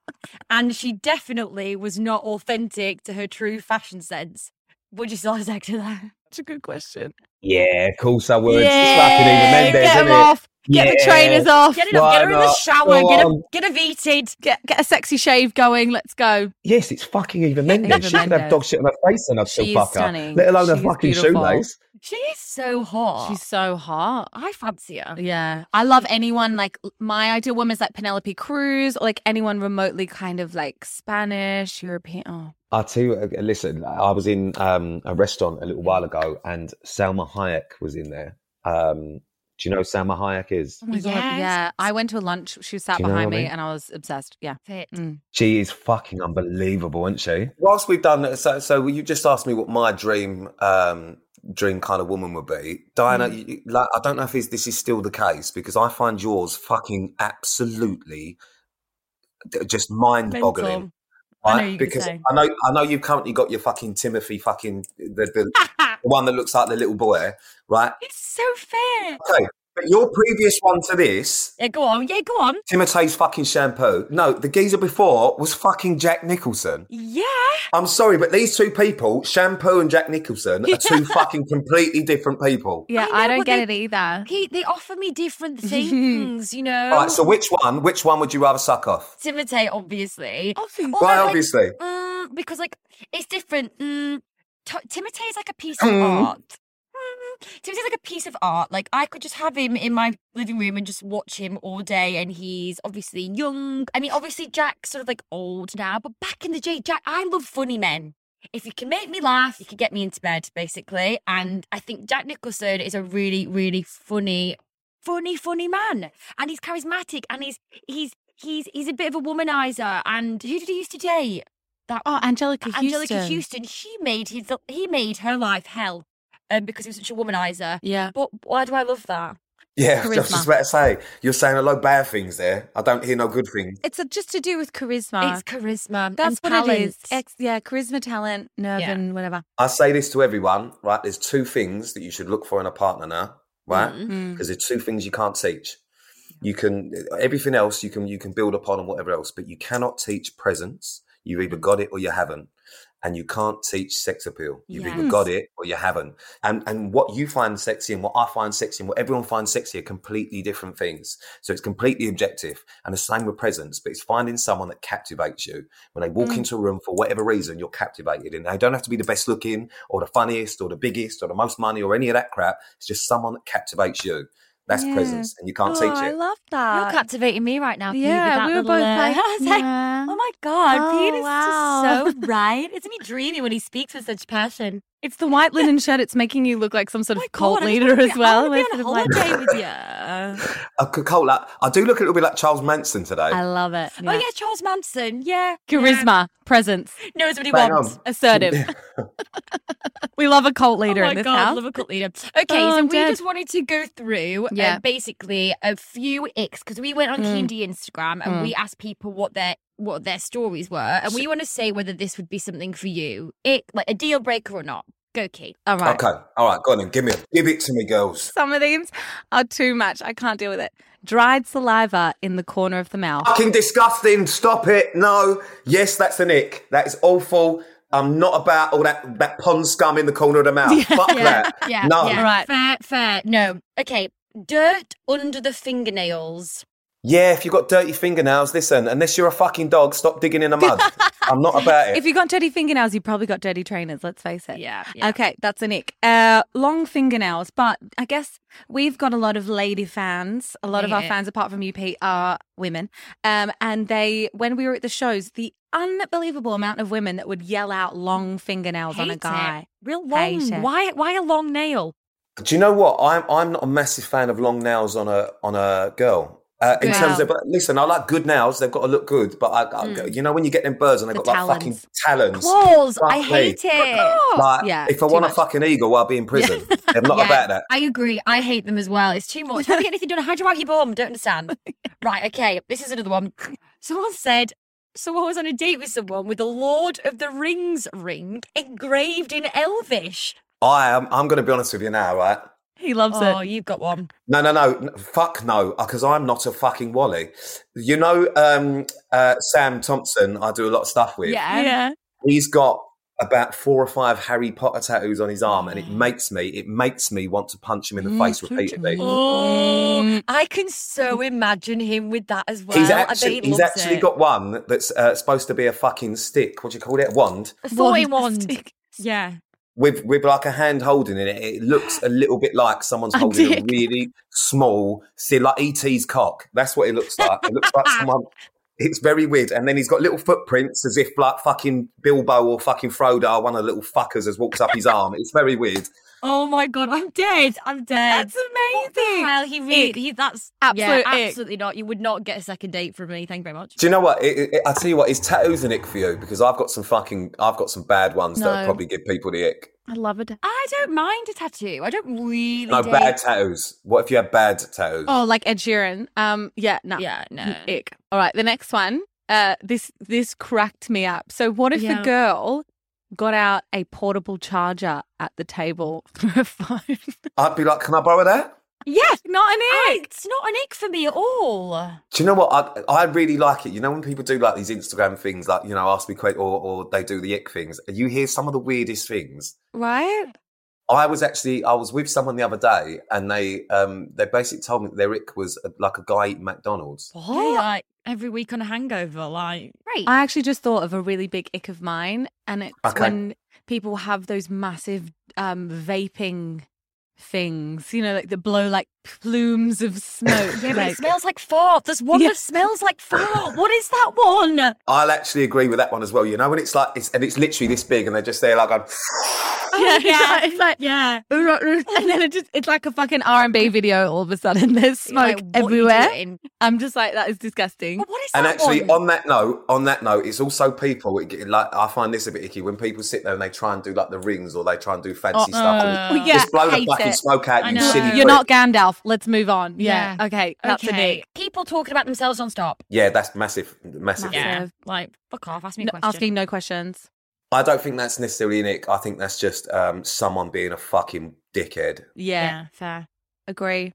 B: and she definitely was not authentic to her true fashion sense. Would you still accept that?
C: That's a good question.
D: Yeah, of course I would. it's fucking Eva Mendes,
C: get
D: isn't
C: them
D: it?
C: off.
D: yeah.
C: Get the trainers off.
B: Get it up,
D: Why
B: get her in the
D: not?
B: shower,
D: Go
B: get her
D: on.
B: get her veted.
C: Get get a sexy shave going. Let's go.
D: Yes, it's fucking Eva Mendes.
C: Eva
D: she could have
C: Mendes.
D: dog shit on her face and I'd still
C: She is
D: fuck her,
C: stunning.
D: let alone
C: She
D: her
C: is
D: fucking
C: beautiful.
D: shoelace.
B: She's so hot.
F: She's so hot.
B: I fancy her.
F: Yeah.
C: I love anyone like my ideal woman is like Penelope Cruz or like anyone remotely kind of like Spanish, European. Oh,
D: I tell you, uh, listen, I was in um, a restaurant a little while ago, and Salma Hayek was in there. Um, do you know who Salma Hayek is?
B: Oh my God.
C: yeah. I went to a lunch. She sat
D: Do you know
C: behind
D: what I
C: me
D: mean?
C: and I was obsessed. Yeah. Mm.
B: Fit.
D: She is fucking unbelievable, isn't she? Whilst we've done so, so you just asked me what my dream um, dream kind of woman would be, Diana. you- You, like, I don't know if it's, this is still the case because I find yours fucking absolutely d- just mind boggling.
B: I know you could
D: because
B: say.
D: I know I know you've currently got your fucking Timothy fucking the, the, the one that looks like the little boy, right?
B: It's so fit.
D: Okay, but your previous one to this,
B: Yeah, go on. Yeah, go on.
D: Timothy's fucking shampoo. No, the geezer before was fucking Jack Nicholson.
B: Yeah.
D: I'm sorry, but these two people, Shampoo and Jack Nicholson, are two fucking completely different people.
C: Yeah.
B: I
C: I,
B: know,
C: don't
B: but
C: get
B: they-
C: it either.
B: He, they offer me different things, you know.
D: All right, so which one? Which one would you rather suck off?
B: Timotei, obviously.
C: Oh,
F: Obviously.
B: Although,
D: Why,
B: like,
D: obviously.
B: mm, because like it's different. Mm, t- Timotei is like a piece of
D: Hmm.
B: art. Mm, Timotei's like a piece of art. Like I could just have him in my living room and just watch him all day. And he's obviously young. I mean, obviously Jack's sort of like old now, but back in the day, Jack, I love funny men. If you can make me laugh, you can get me into bed, basically. And I think Jack Nicholson is a really, really funny, funny, funny man. And he's charismatic and he's he's he's he's a bit of a womanizer. And who did he used to date? That
C: Oh, Angelica Houston.
B: Angelica Houston. She made his he made her life hell um, because he was such a womanizer.
C: Yeah.
B: But why do I love that?
D: Yeah, I was
C: charisma.
D: just about to say, you're saying a lot of bad things there. I don't hear no good things.
C: It's uh, just to do with charisma.
B: it's
C: Ah.
B: charisma.
C: That's
B: and
C: what it is.
B: talent.
C: Ex- yeah. Charisma, talent, nerve,
B: Yeah.
C: and whatever.
D: I say this to everyone, right? There's two things that you should look for in a partner now, right? Because
C: Mm.
D: there's two things you can't teach. You can everything else you can you can build upon and whatever else, but you cannot teach presence. You've either got it or you haven't. And you can't teach sex appeal. You've either
B: Yes.
D: got it or you haven't. And and what you find sexy and what I find sexy and what everyone finds sexy are completely different things. So it's completely objective. And the same with presence, but it's finding someone that captivates you. When they walk
C: Mm.
D: into a room for whatever reason, you're captivated. And they don't have to be the best looking or the funniest or the biggest or the most money or any of that crap. It's just someone that captivates you. That's
C: Yeah.
D: presence. And you can't
C: Oh,
D: teach
C: I
D: it.
C: love
B: You're
C: that.
B: captivating me right now. Phoebe, with
C: yeah.
B: that
C: We were
B: little,
C: both
B: uh,
C: like,
B: I was like,
C: yeah.
B: oh my god,
C: Oh,
B: Pete is
C: wow.
B: just so right. Isn't he dreamy when he speaks with such passion?
C: It's the white linen shirt. It's making you look like some sort
B: My
C: of cult
B: God, I just
C: leader
B: wanna
C: as
B: be- I
C: well.
B: wanna be
C: We're
B: on
C: sort of
B: holiday.
C: like-
B: Day with
F: yeah.
D: I could call that. I do look a little bit like Charles Manson today.
C: I love it.
B: Oh yeah, Charles Manson. Yeah,
C: Charisma, presence,
B: yeah. knows what he
D: Bang
B: wants.
D: on.
C: assertive. we love a cult leader
B: oh my
C: in this
B: God,
C: house. Oh,
B: love a cult leader. Okay, so
C: I'm
B: we
C: dead.
B: just wanted to go through uh,
C: Yeah.
B: basically a few icks because we went on
C: Mm.
B: Kindy Instagram and
C: Mm.
B: we asked people what their what their stories were, and we want to say whether this would be something for you, ick, like a deal breaker or not. Go, Kate.
C: All right.
D: Okay. All right. Go on then. Give me. Give it to me, girls.
C: Some of these are too much. I can't deal with it. Dried saliva in the corner of the mouth.
D: Fucking disgusting. Stop it. No. Yes, that's an ick. That is awful. I'm not about all that that pond scum in the corner of the mouth. Fuck that.
B: Yeah,
D: No.
B: yeah.
C: Right.
B: fair, fair. No, okay. Dirt under the fingernails.
D: Yeah, if you've got dirty fingernails, listen. Unless you're a fucking dog, stop digging in the mud. I'm not about it.
C: If you got dirty fingernails, you probably got dirty trainers. Let's face it.
B: Yeah,
C: Okay, that's a nick. Uh, long fingernails, but I guess we've got a lot of lady fans. A lot of
B: Hate
C: our
B: it.
C: fans, apart from you, Pete, are women. Um, and they, when we were at the shows, the unbelievable amount of women that would yell out long fingernails on a
B: Hate it.
C: guy.
B: Real
C: Hate
B: long.
C: it.
B: Why? Why a long nail?
D: Do you know what? I'm I'm not a massive fan of long nails on a on a girl. Uh, in
C: Wow.
D: terms of, but listen, I like good nails. They've got to look good, but I, I you know when you get them birds and they've
C: Mm. The
D: got like fucking
C: talons.
D: talons.
B: Claws. I
D: Fuck me.
B: hate it.
D: Like,
C: Yeah,
D: if I
C: too
D: want a
C: much.
D: fucking eagle, I'll be in prison. I'm not
B: Yeah,
D: about that.
B: I agree. I hate them as well. It's too much. Don't get anything done. How'd you out your bum? Don't understand. Right, okay. This is another one. Someone said someone was on a date with someone with the Lord of the Rings ring engraved in Elvish.
D: I am. I'm going to be honest with you now, right?
C: He loves
B: Oh,
C: it.
B: you've got one.
D: No, no, no. n- Fuck no, because I'm not a fucking Wally. You know, um, uh, Sam Thompson. I do a lot of stuff with.
C: yeah.
D: He's got about four or five Harry Potter tattoos on his arm, and
B: Mm.
D: it makes me. It makes me want to punch him in the face repeatedly.
B: Oh, I can so imagine him with that as well.
D: He's
B: I bet
D: actually,
B: he
D: he's
B: loves
D: actually
B: it.
D: got one that's uh, supposed to be a fucking stick. What do you call it? Wand.
B: a 40
C: Wand.
B: wand. Yeah.
D: with with like a hand holding in it, it looks a little bit like someone's
C: A
D: holding a
C: dick.
D: really small, see, like ET's cock. That's what it looks like. It looks like someone. It's very weird, and then he's got little footprints as if like fucking Bilbo or fucking Frodo, one of the little fuckers, has walked up his arm. It's very weird.
B: Oh my god, I'm dead. I'm dead.
C: That's amazing.
B: Well, he really
C: Ick.
B: he, that's
C: Absolute
B: yeah,
C: ick.
B: absolutely not. You would not get a second date from me. Thank you very much.
D: Do you know what? It, it, I tell you what, is tattoos an ick for you? Because I've got some fucking, I've got some bad ones that
C: No.
D: probably give people the ick.
C: I love it.
B: I don't mind a tattoo. I don't really.
D: No,
B: dig-
D: bad tattoos. What if you had bad tattoos?
C: Oh, like Ed Sheeran. Um, yeah, no.
B: Yeah, no.
C: Mm, Ick. All right, the next one. Uh, this this cracked me up. So what if
B: Yeah.
C: the girl got out a portable charger at the table for her phone?
D: I'd be like, can I borrow that?
C: yes, not an
B: I-
C: ick.
B: it's not an ick for me at all.
D: Do you know what? I I really like it. You know when people do like these Instagram things, like you know, ask me quick, or or they do the ick things. You hear some of the weirdest things.
C: Right?
D: I was actually I was with someone the other day, and they um they basically told me that their ick was uh, like a guy eating McDonald's.
B: Yeah, like every week on a hangover, like right.
C: I actually just thought of a really big ick of mine, and it's
D: Okay.
C: when people have those massive um, vaping things, you know, like the blow like plumes of smoke.
B: yeah, but
C: like-
B: it smells like fart. There's one
C: Yeah.
B: that smells like fart. What is that one?
D: I'll actually agree with that one as well. You know when it's like it's and it's literally this big, and they're just there like going,
C: yeah, yeah, it's like
B: Yeah.
C: and then it just it's like a fucking R and B video. All of a sudden, there's
B: Like,
C: smoke
B: what are you
C: everywhere.
B: doing?
C: I'm just like that is disgusting.
B: But what is
D: And
B: that
D: actually,
B: one?
D: on that note, on that note, it's also people. It, get- like I find this a bit icky when people sit there and they try and do like the rings or they try and do fancy stuff. and
B: Uh,
C: Well, yeah,
D: just blow the
C: hate
D: fucking
C: it.
D: smoke out,
B: I
D: you
B: know.
D: silly.
C: You're not
D: prick.
C: Gandalf. Let's move on. Yeah.
B: Yeah.
C: Okay. That's a
B: okay.
C: dick.
B: People talking about themselves on stop.
D: Yeah, that's massive, massive.
C: Massive.
B: Yeah.
C: Yeah.
B: Like, fuck off. Ask me a
C: No-
B: question.
C: asking no questions.
D: I don't think that's necessarily an ick. I think that's just um, someone being a fucking dickhead.
C: Yeah.
B: yeah. fair.
C: Agree.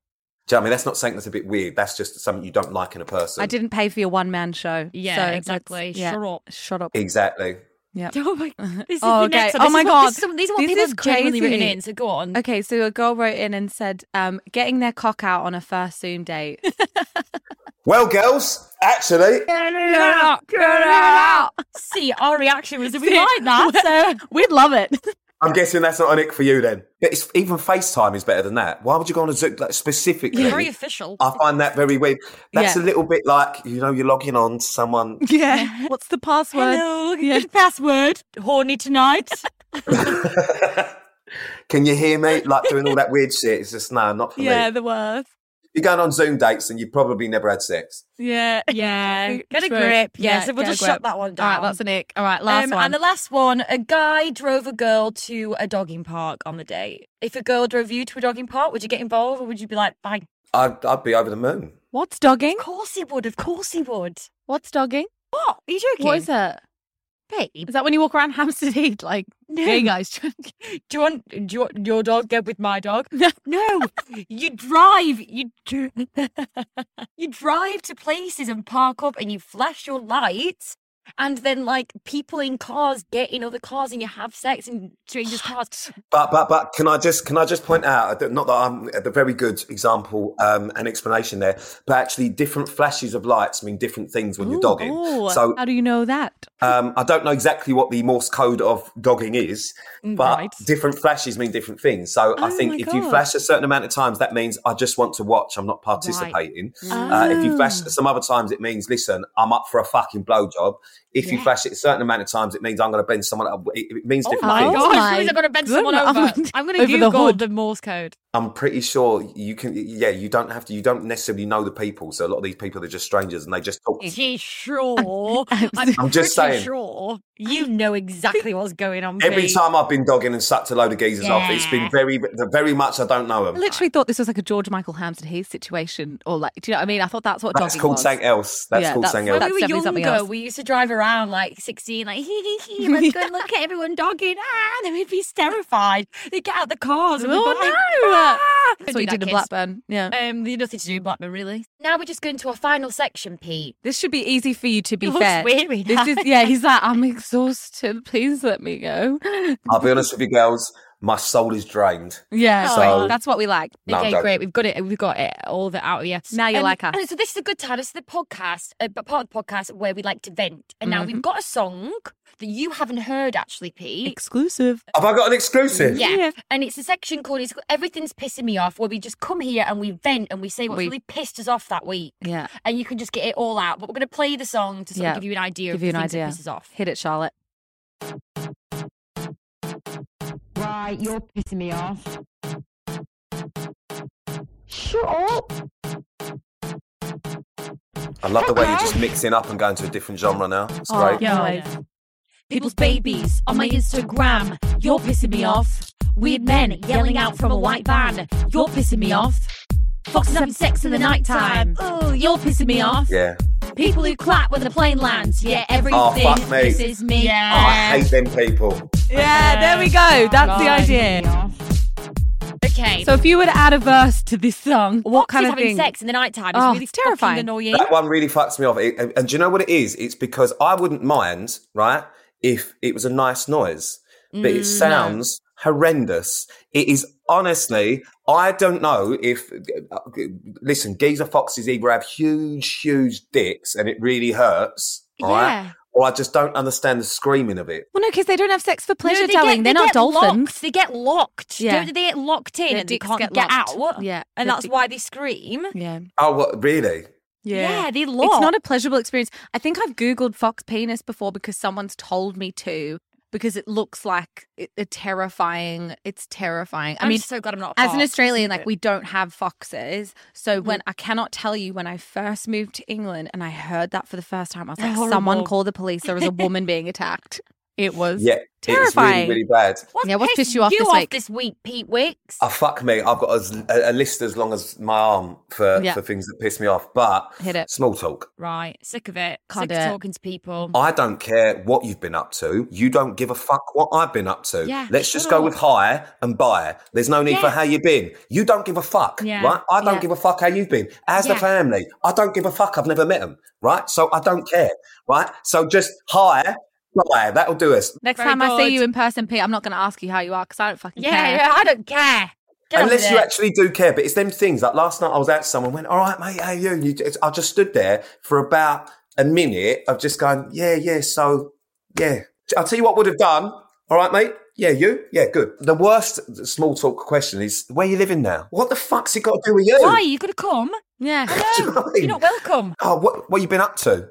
D: Do you know what I mean? That's not something that's a bit weird. That's just something you don't like in a person.
C: I didn't pay for your one man show.
B: Yeah,
C: so let's-
B: exactly.
C: Yeah.
B: Shut up.
C: Shut up.
D: Exactly.
B: Oh my This is
C: Oh,
B: the next
C: okay.
B: one.
C: Oh
B: This
C: my
B: is what-
C: God.
B: This is some, these are what
C: This
B: people
C: is
B: have genuinely written
C: crazy.
B: in. So go on.
C: Okay, so a girl wrote in and said, um, getting their cock out on a fursoon date.
D: Well, girls, actually,
B: See, our reaction was we like that. So
C: We'd love it.
D: I'm guessing that's not an ick for you then. But it's, even FaceTime is better than that. Why would you go on a Zoom like, specifically?
B: very official.
D: I find that very weird. That's
C: Yeah.
D: a little bit like, you know, you're logging on to someone.
C: Yeah. What's the password?
B: Hello,
C: Yeah.
B: good password. Horny tonight.
D: Can you hear me? Like doing all that weird shit. It's just, no, not for
C: Yeah,
D: me.
C: the worst.
D: You're going on Zoom dates and you probably never had sex.
C: Yeah.
B: Yeah, get a
C: True.
B: grip.
C: Yeah,
B: Yeah, so we'll
C: get a
B: just
C: grip.
B: shut that one
C: All
B: down.
C: right, that's an ick. All right, last
B: Um,
C: one.
B: And the last one, a guy drove a girl to a dogging park on the date. If a girl drove you to a dogging park, would you get involved or would you be like, bang?
D: I'd, I'd be over the moon.
C: What's dogging?
B: Of course he would. Of course he would.
C: What's dogging?
B: What? Are you joking?
C: What is it?
B: Babe.
C: Is that when you walk around hamster heat like,
B: No.
C: hey guys,
B: Do you want do you want your dog get with my dog?
C: No.
B: no. you drive. You dr- you drive to places and park up and you flash your lights. And then, like people in cars get in other cars, and you have sex in strangers' cars.
D: But but but can I just can I just point out that- not that I'm a very good example um, and explanation there, but actually different flashes of lights mean different things when you're dogging.
C: Oh,
D: So
C: how do you know that?
D: um, I don't know exactly what the Morse code of dogging is, but
B: Right.
D: different flashes mean different things. So I
C: Oh
D: think
C: my
D: if you
C: God.
D: flash a certain amount of times, that means I just want to watch. I'm not participating. Uh, if you
B: Oh.
D: flash some other times, it means listen, I'm up for a fucking blowjob. If you
B: Yeah.
D: flash it a certain amount of times, it means I'm going to bend someone up. It, it
B: Oh
D: means different
C: my
A: Uh-huh.
D: things.
C: God.
B: I'm
C: my
B: going to bend someone
C: goodness.
B: over. I'm going to
C: Over the
B: Google
C: hood.
B: the Morse code.
D: I'm pretty sure you can. Yeah, you don't have to. You don't necessarily know the people. So a lot of these people are just strangers, and they just talk.
B: Pretty sure. I'm,
D: I'm just
B: pretty
D: saying.
B: Sure, you know exactly what's going on.
D: Every
B: babe.
D: time I've been dogging and sucked a load of geezers off, it's been
B: Yeah.
D: very, very much. I don't know
C: I
D: them.
C: literally thought this was like a George Michael Hampton Heath situation, or like, do you know what I mean? I thought that's what
D: That's
C: dogging
D: called
C: was.
D: something else. That's
C: Yeah,
D: called
C: that's-
D: something
C: well,
D: else.
B: when we were
C: definitely something
B: younger,
C: else.
B: we used to drive around like 16, like, hee hee hee, let's go and look at everyone dogging. Ah, and then we'd be terrified. They'd get out of the cars. And we'd
C: Oh,
B: be like,
C: no.
B: Ah.
C: That's what you did
B: Don't do that,
C: in
B: kids.
C: Blackburn. Yeah.
B: Um, there's nothing to do in Blackburn, really. Now we're just going to our final section, Pete.
C: This should be easy for you to be
B: It looks
C: fair.
B: weary now.
C: This is yeah, he's like, I'm exhausted. Please let me go.
D: I'll be honest with you, girls. My soul is drained.
C: Yeah,
D: So-
C: that's what we like.
D: No, I'm
B: okay,
D: joking.
B: great. We've got it. We've got it. All of it out. Yeah.
C: Now you
B: Um,
C: like us.
B: So Mm-hmm. this is a good time. This is the podcast, uh, but part of the podcast where we like to vent. And now we've got a song that you haven't heard actually, Pete.
I: Exclusive.
D: Have I got an exclusive?
B: yeah. And it's a section called it's called Everything's Pissing Me Off where we just come here and we vent and we say what's
C: We-
B: really pissed us off that week.
C: Yeah.
B: And you can just get it all out. But we're going to play the song to sort
C: Yeah.
B: of give you an idea
C: Give
B: of
C: you
B: the
C: an
B: things
C: idea.
B: that pisses off.
C: Hit it, Charlotte.
J: Right, you're pissing me off. Shut up!
D: I love the way you're just mixing up and going to a different genre now. It's
B: Oh,
D: great.
A: People's babies on my Instagram. You're pissing me off. Weird men yelling out from a white van. You're pissing me off. Foxes having sex in the nighttime.
B: Oh,
A: Ooh, you're pissing me off.
D: Yeah.
A: People who clap when the plane lands. Yeah, everything
D: Oh, fuck me.
A: pisses me
D: Oh, I hate them people.
C: Yeah, there we go.
B: Oh,
C: That's the idea.
B: Okay.
C: So if you were to add a verse to this song, what
B: Foxes
C: kind of
B: having
C: thing?
B: sex in the nighttime is
C: Oh,
B: really
C: it's terrifying.
B: fucking annoying.
D: That one really fucks me off. It- and, and do you know what it is? It's because I wouldn't mind, right, if it was a nice noise,
C: Mm,
D: but it sounds horrendous. It is honestly, I don't know if. uh, Listen, geezer foxes either have huge, huge dicks and it really hurts, all right,
B: Yeah.
D: Or I just don't understand the screaming of it.
C: Well, no, because they don't have sex for pleasure,
B: they
C: darling.
B: get-
C: They're
B: they
C: not
B: get
C: dolphins.
B: locked. They get locked.
C: Yeah.
B: Don't they? They get locked in
C: Their
B: and they
C: dicks
B: can't
C: get
B: get,
C: locked.
B: out.
C: Yeah,
B: And
C: their
B: that's
C: dick-
B: why they scream.
C: Yeah.
D: Oh, what, really?
B: Yeah, they lock.
C: It's not a pleasurable experience. I think I've Googled fox penis before because someone's told me to because it looks like a- a terrifying, it's terrifying. I
B: I'm
C: mean,
B: so glad I'm not. a
C: as an
B: fox.
C: Australian, like we don't have foxes. So
B: Mm-hmm.
C: when I cannot tell you when I first moved to England and I heard that for the first time, I was like, someone
B: Horrible.
C: call the police. There was a woman being attacked. It was.
D: Yeah, it's really,
C: Terrifying.
D: really bad.
B: What's
C: Yeah, what's
B: pissed
C: pissed you off this week?
B: Pete Wicks?
D: Oh, fuck me. I've got a, a- a list as long as my arm for,
C: Yeah.
D: for things that piss me off. But
C: Hit it.
D: small talk.
B: Right, sick of it.
C: Can't
B: sick
C: do
B: of
C: it.
B: talking to people.
D: I don't care what you've been up to. You don't give a fuck what I've been up to.
B: Yeah,
D: Let's just
B: shut
D: go
B: up.
D: with high and buy. There's no need for
B: Yeah.
D: how you've been. You don't give a fuck,
B: Yeah,
D: right? I don't
B: yeah.
D: give a fuck how you've been. As the
B: Yeah.
D: family, I don't give a fuck. I've never met them, right? So I don't care, right? So just high, buy. That'll do us.
C: Next
B: Very
C: time I see
B: good.
C: you in person, Pete, I'm not going to ask you how you are because I don't fucking
B: yeah,
C: care.
B: yeah, I don't care. Get on
D: Unless
B: with
D: you
B: it.
D: actually do care, but it's them things. Like last night, I was out. Someone went, "All right, mate, how you?" And you, it's- I just stood there for about a minute of just going, "Yeah, yeah." So, yeah, I'll tell you what would have done. All right, mate. Yeah, you. Yeah, good. The worst small talk question is, "Where you living now? What the fuck's it got to do with you?"
B: Why you gonna come?
C: Yeah.
D: Do you know what I mean?
B: You're not welcome.
D: Oh, what what you been up to?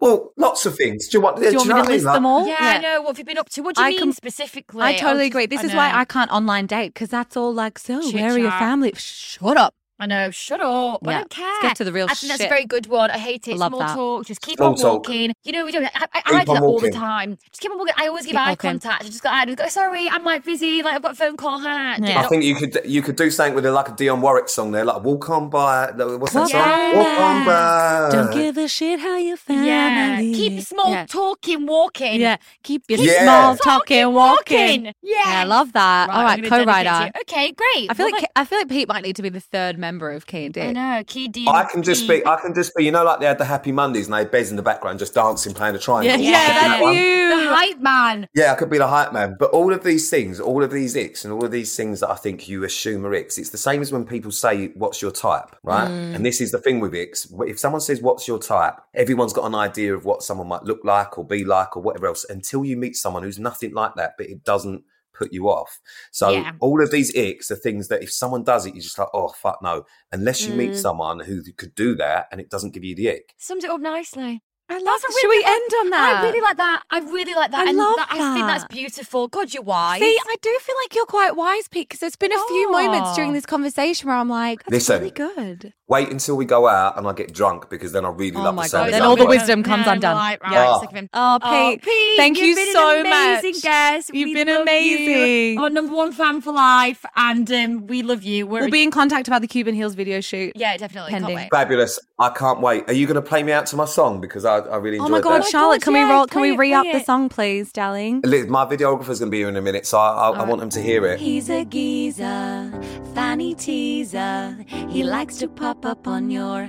D: Well, lots of things. Do you want?
C: Do you want me to
D: know what I mean?
C: list
D: Like-
C: them all?
B: yeah, I know. What have you been up to? What do you
C: Oh, I
B: mean
C: com-
B: specifically?
C: I
B: I'll
C: totally
B: just-
C: agree. This is why
B: know.
C: I can't online date because that's all like, so where are your
B: Chit-chat.
C: family? Shut up.
B: I know. Shut up. I
C: Yeah.
B: don't care.
C: Let's get to the real
B: I think that's a
C: shit.
B: very good one. I hate it.
C: love
B: Small
C: that.
B: talk. Just keep
D: Small
B: on
D: talk.
B: walking. You know, we don't. I, I,
D: Keep
B: I do
D: on
B: that all the
D: walking.
B: time. Just keep on walking. I always give
C: Keep
B: eye
C: walking.
B: contact. I just go, I just go, sorry, I'm like busy. Like I've got a phone call. Huh? Do you
C: Yeah.
D: I think you could you could do something with a, like a Dion Warwick song there, like "Walk On By." What's that
C: Walk
D: song?
B: on
D: Walk On By.
A: Don't give a shit how you family.
B: Yeah. Keep your
A: is.
B: small
C: Yeah.
B: talking, walking.
C: Yeah. Keep your
D: Yeah.
C: small talking walking.
B: Walking.
C: Yeah, I
B: Yeah.
C: love that. all
B: I'm
C: right,
B: gonna dedicate to
C: co-writer.
B: you. Okay, great.
C: I feel
B: What
C: like I feel like Pete might need to be the third member of K and
B: about- I
C: D.
B: know. Key D.
D: I can just be, I can just be, you know, like they had the Happy Mondays and they had Bez in the background just dancing, playing a triangle.
C: Yeah,
D: I could be
C: yeah,
D: that
C: that's
D: one.
C: you.
B: hype man.
D: Yeah, I could be the hype man. But all of these things, all of these icks, and all of these things that I think you assume are icks, it's the same as when people say, What's your type? Right?
C: Mm.
D: And this is the thing with icks. If someone says, What's your type? Everyone's got an idea of what someone might look like or be like or whatever else until you meet someone who's nothing like that, but it doesn't put you off. So
B: Yeah.
D: all of these icks are things that if someone does it, you're just like, Oh, fuck no. Unless you
C: Mm.
D: meet someone who could do that and it doesn't give you the ick.
B: Sums it up nicely.
C: I
B: love it.
C: Should we end on that?
B: I really like that. I really like that.
C: I
B: and
C: love
B: that, I think that's
C: that.
B: beautiful. God, you're wise.
C: See, I do feel like you're quite wise, Pete, because there's been a few moments
B: Oh.
C: during this conversation where I'm like, that's
D: Listen.
C: really good.
D: Wait until we go out and I get drunk because then I really
C: Oh
D: love
C: my
D: the sound
C: God,
D: of
C: then
D: that
C: all the
D: bit.
C: wisdom- comes
B: we're
C: undone.
B: Like, right,
D: Yeah.
B: sick of him.
C: Oh, Pete, thank
B: you've
C: you
B: been an
C: so
B: amazing
C: much.
B: Guest.
C: You've
B: We
C: been
B: love you. Oh,
C: amazing.
B: I'm a number one fan for life, and um, we love you. We're
C: We'll be in contact about the Cuban Heels video shoot.
B: yeah, definitely.
C: Pending.
B: Can't wait.
D: Fabulous. I can't wait. Are you going to play me out to my song? Because I, I really
C: Oh
D: enjoyed
C: my god,
D: that.
C: Charlotte,
B: God,
C: can we
B: yeah,
C: roll? Can
B: play
C: we
B: it,
C: re
B: play
C: up the
B: it.
C: song, please, darling?
D: Li- My videographer's going to be here in a minute, so I, I, I want him to hear it.
A: He's a geezer, fanny teaser. He likes to pop up on your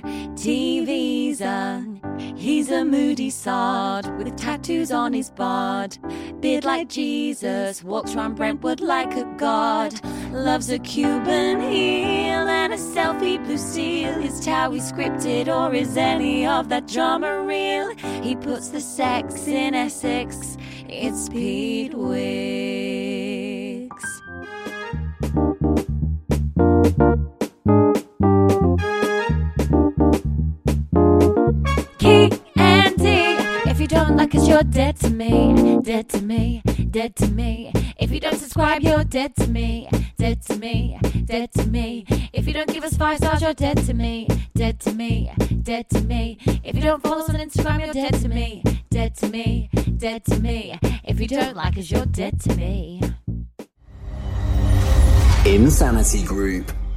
A: TVs. He's a moody sod with tattoos on his bod. Beard like Jesus, walks round Brentwood like a god. Loves a Cuban heel and a selfie blue steel. Is Towie scripted or is any of that drama real? He puts the sex in Essex. It's Pete Wicks. Key and D. If you don't like us, you're dead to me. Dead to me. Dead to me. If you don't subscribe, you're dead to me. Dead to me. Dead to me. If you don't give us five stars, you're dead to me. Dead to me. Dead to me. If you don't follow us on Instagram, you're dead to me. Dead to me. Dead to me. If you don't like us, you're dead to me.
K: Insanity Group.